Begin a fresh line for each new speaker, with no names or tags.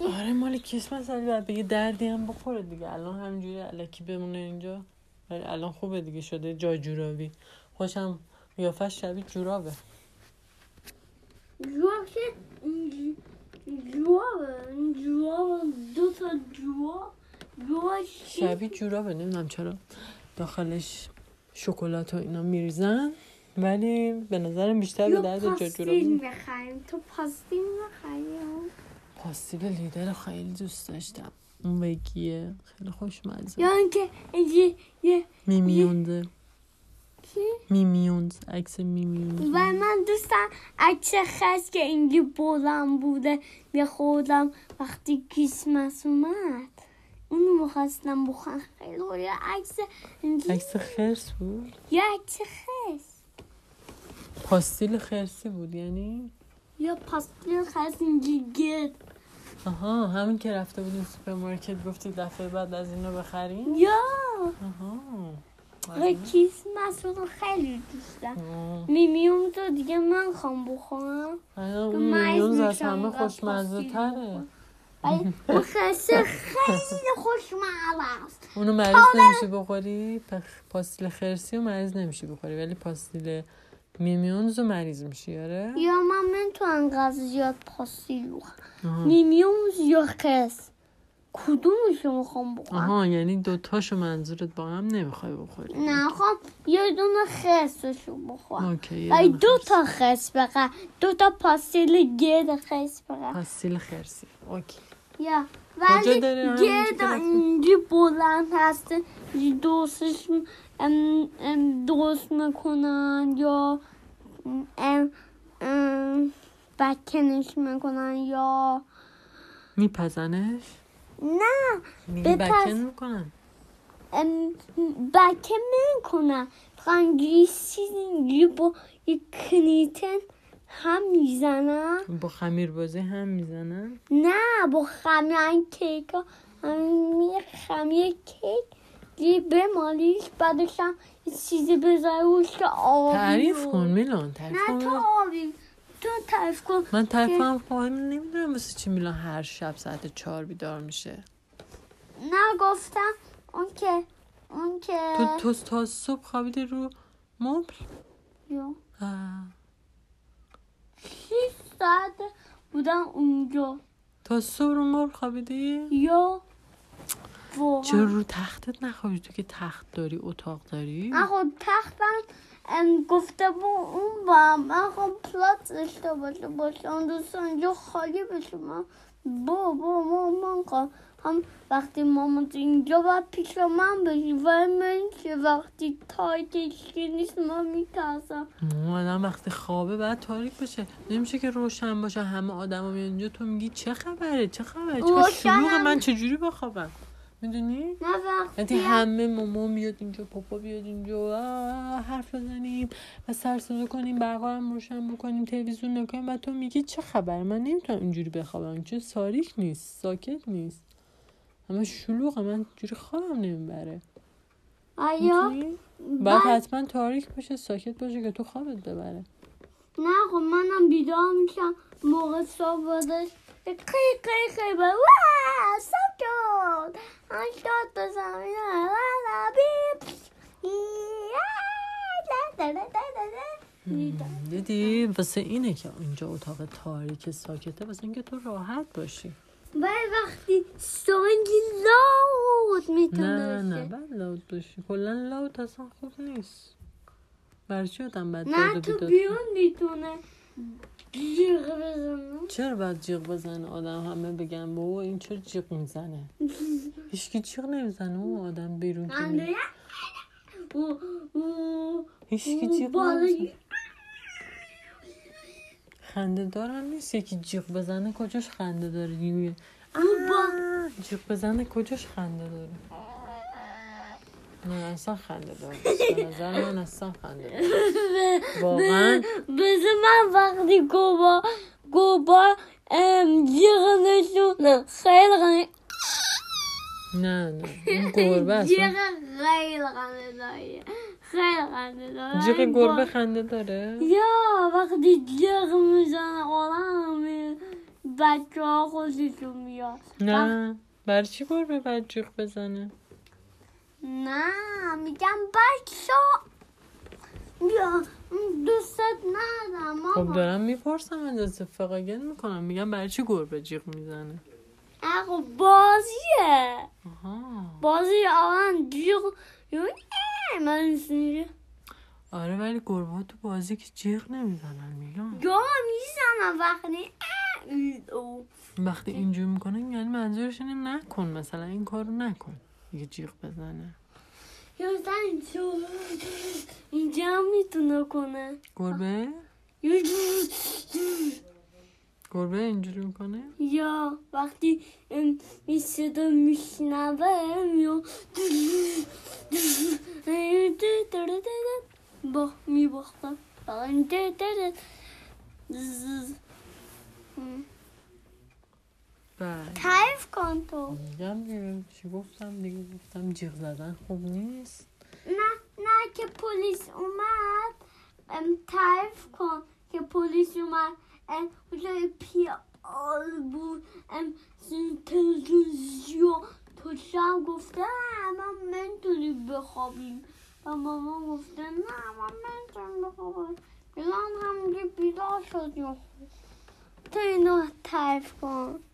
آره مال کسمت ولی باید بگه دردی هم بخوره دیگه الان همینجوری علکی بمونه اینجا ولی الان خوبه دیگه شده جا جورابی خوشم قیافش شبیه جورابه
جواب که اینجوری- جوابه این جواب دو تا جواب جواب
شبیه جورابه نمیدونم چرا داخلش شکلات و اینا میریزن ولی به نظرم بیشتر به درد جا جورابی
بخریم تو پاستین بخریم
پاستیل لیدر رو خیلی دوست داشتم اون بگیه خیلی خوشمزه
یا اینکه یه یه
میمیونده
چی؟
میمیونز عکس میمیونز
و من دوستم عکس خست که اینجی بلند بوده یه خودم وقتی کریسمس اومد اونو میخواستم بخورم خیلی خوب. یه عکس اینجی
عکس خرس بود
یه عکس خست
پاستیل خرسی بود یعنی
یا پاستین خست اینجی گرد
آها همین که رفته بودیم سوپرمارکت گفتی دفعه بعد از اینو بخریم
یا
آها آره.
و کریسمس رو خیلی دوست دارم
آه.
میمیوم تو دیگه من خوام بخورم
الان اون
من از
میلیونز از
میشم
همه
انقدر
خوشمزه
پاستیل
تره
بخورم. ولی اون خسته خیلی خوشمزه است
اونو مریض
آره.
نمیشه بخوری پخ- پاستیل خرسی رو مریض نمیشه بخوری ولی پاستیل میمیونز رو مریض میشی آره
یا من من تو انقدر زیاد پاستیل بخورم
آها.
میمیومز یا خس کدومشو میخوام بخورم
آها یعنی دوتاشو منظورت با هم نمیخوای بخوری
نه خوام یه دونه خسشو بخورم
اوکی یه
ای
دونه
دو
خرس.
تا خس بخر دو تا پاستیل گرد خس بخر
پاستیل خرسی اوکی
یا
کجا
ولی
داره؟ همینجا
گرد
که رفتی؟
اینجی بلند هست دوستش م- ام- ام درست میکنن یا ام ام بکنش میکنن یا
میپزنش
نه
میگه
بپز.
بکن میکنن
ام، بکه میکنن فرانگیسی اینجوری با یک کنیتن هم میزنن
با خمیر بازی هم میزنن
نه با خمیر کیک ها همین خمیر کیک یه بمالیش بعدش هم یه چیزی بذاری روش که آبی
تعریف
رو-
کن میلان تعریف
خب، نه تو
کن
آبی تو تعریف کن
من تعریف
که-
کنم خواهم نمیدونم واسه چی میلان هر شب ساعت چهار بیدار میشه
نه گفتم اون که اون که
تو تو تا صبح خوابیده رو مبل
یا.
آه.
شیش ساعت بودم اونجا
تا صبح رو مبل خوابیدی
یا
چرا
واقعا
رو تختت نخوابی تو که تخت داری اتاق داری
من خب تختم ام، گفته با اون با من خب پلات داشته باشه باشه اون دوست اونجا خالی بشه من با با ما من خب هم وقتی مامان تو اینجا باید پیش من بشی و من که وقتی تای کشکی نیست من میترسم
آدم وقتی خوابه بعد تاریک بشه نمیشه که روشن باشه همه آدما میان اینجا تو میگی چه خبره چه خبره چه
روشنم.
شلوغه من چجوری بخوابم میدونی
نه وقتی
یعنی همه ماما میاد اینجا پاپا بیاد اینجا آه، حرف بزنیم و سرسده کنیم برقا هم روشن بکنیم تلویزیون نکنیم و تو میگی چه خبر من نمیتونم اینجوری بخوابم چه ساریک نیست ساکت نیست همه شلوغه من جوری خوابم نمیبره
آیا
می‌دونی؟ باید
بعد
حتما تاریک باشه ساکت باشه که تو خوابت ببره
نه خب منم بیدار میشم موقع صبح بودش خیلی خیلی خیلی بر واه صبح شد من شاد بزنم اینا، لا، لا، بیپ. لا، لا، لا، لا، لا، لا. بیدار.
دیدی واسه اینه که اینجا اتاق تاریک ساکته واسه اینکه تو راحت باشی
ولی وقتی سونگی لود
نه نه
میتونه
بعد لاوت باشی کلا لاوت اصلا خوب نیست برای چی آدم باید
نه
داد و
تو
بیداد
بیرون میتونه جیغ بزنه
چرا باید جیغ بزنه آدم همه بگن بابا این چرا جیغ میزنه هیچکی جیغ نمیزنه اون آدم بیرون که
من
میره.
دیگه- او- او-
هیچکی
او
جیغ
بالای
نمیزنه خنده دارم نیست یکی جیغ بزنه کجاش خنده داره یه-
او با
آه، جیغ بزنه کجاش خنده داره نه اصلا خنده داره به نظر من اصلا خنده داره واقعا
بزه من وقتی گوبا گوبا ام جیغنشون خیلی غنی
نه نه اون گربه
جیغ
اصلا
خیلی غنی داره خیلی غنی داره
جیغ
این
گربه
با-
خنده داره
یا وقتی جیغ میزنه آدم بچه ها خودشون میاد
نه برای چی گربه باید جیغ بزنه
نه میگم بچه ها. بیا دوستت ندارم
خب
ماما
دارم میپرسم از فقاگل میکنم میگم برای چی گربه جیغ میزنه
اخو بازیه
آها
بازی آن جیغ یو نه، من سنگه
آره ولی گربه ها تو بازی که جیغ نمیزنن میگم
یا میزنم وقتی اه، ای، او.
وقتی اینجور میکنه یعنی منظورش اینه نکن مثلا این کارو نکن یه جیغ بزنه
یا زن تو- اینجا هم میتونه کنه
گربه
یا-
گربه اینجوری میکنه
یا وقتی این صدا میشنوه یا با میباختم فقط
بله
تعریف کن تو
میگم دیگه چی گفتم دیگه گفتم جیغ زدن خوب نیست
نه نه که پلیس اومد ام، تعریف کن که پلیس اومد ام، اونجای پیال بود ام، سین تلویزیون تو شب گفته همه منتونی بخوابیم و ماما گفته نه ما منتونی بخوابیم بلان همونجا بیدار شدیم تو اینو تعریف کن